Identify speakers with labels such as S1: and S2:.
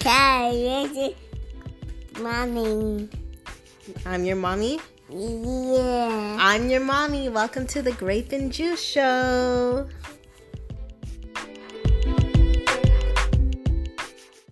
S1: Carrot. Mommy.
S2: I'm your mommy.
S1: Yeah.
S2: I'm your mommy. Welcome to the Grape and Juice Show.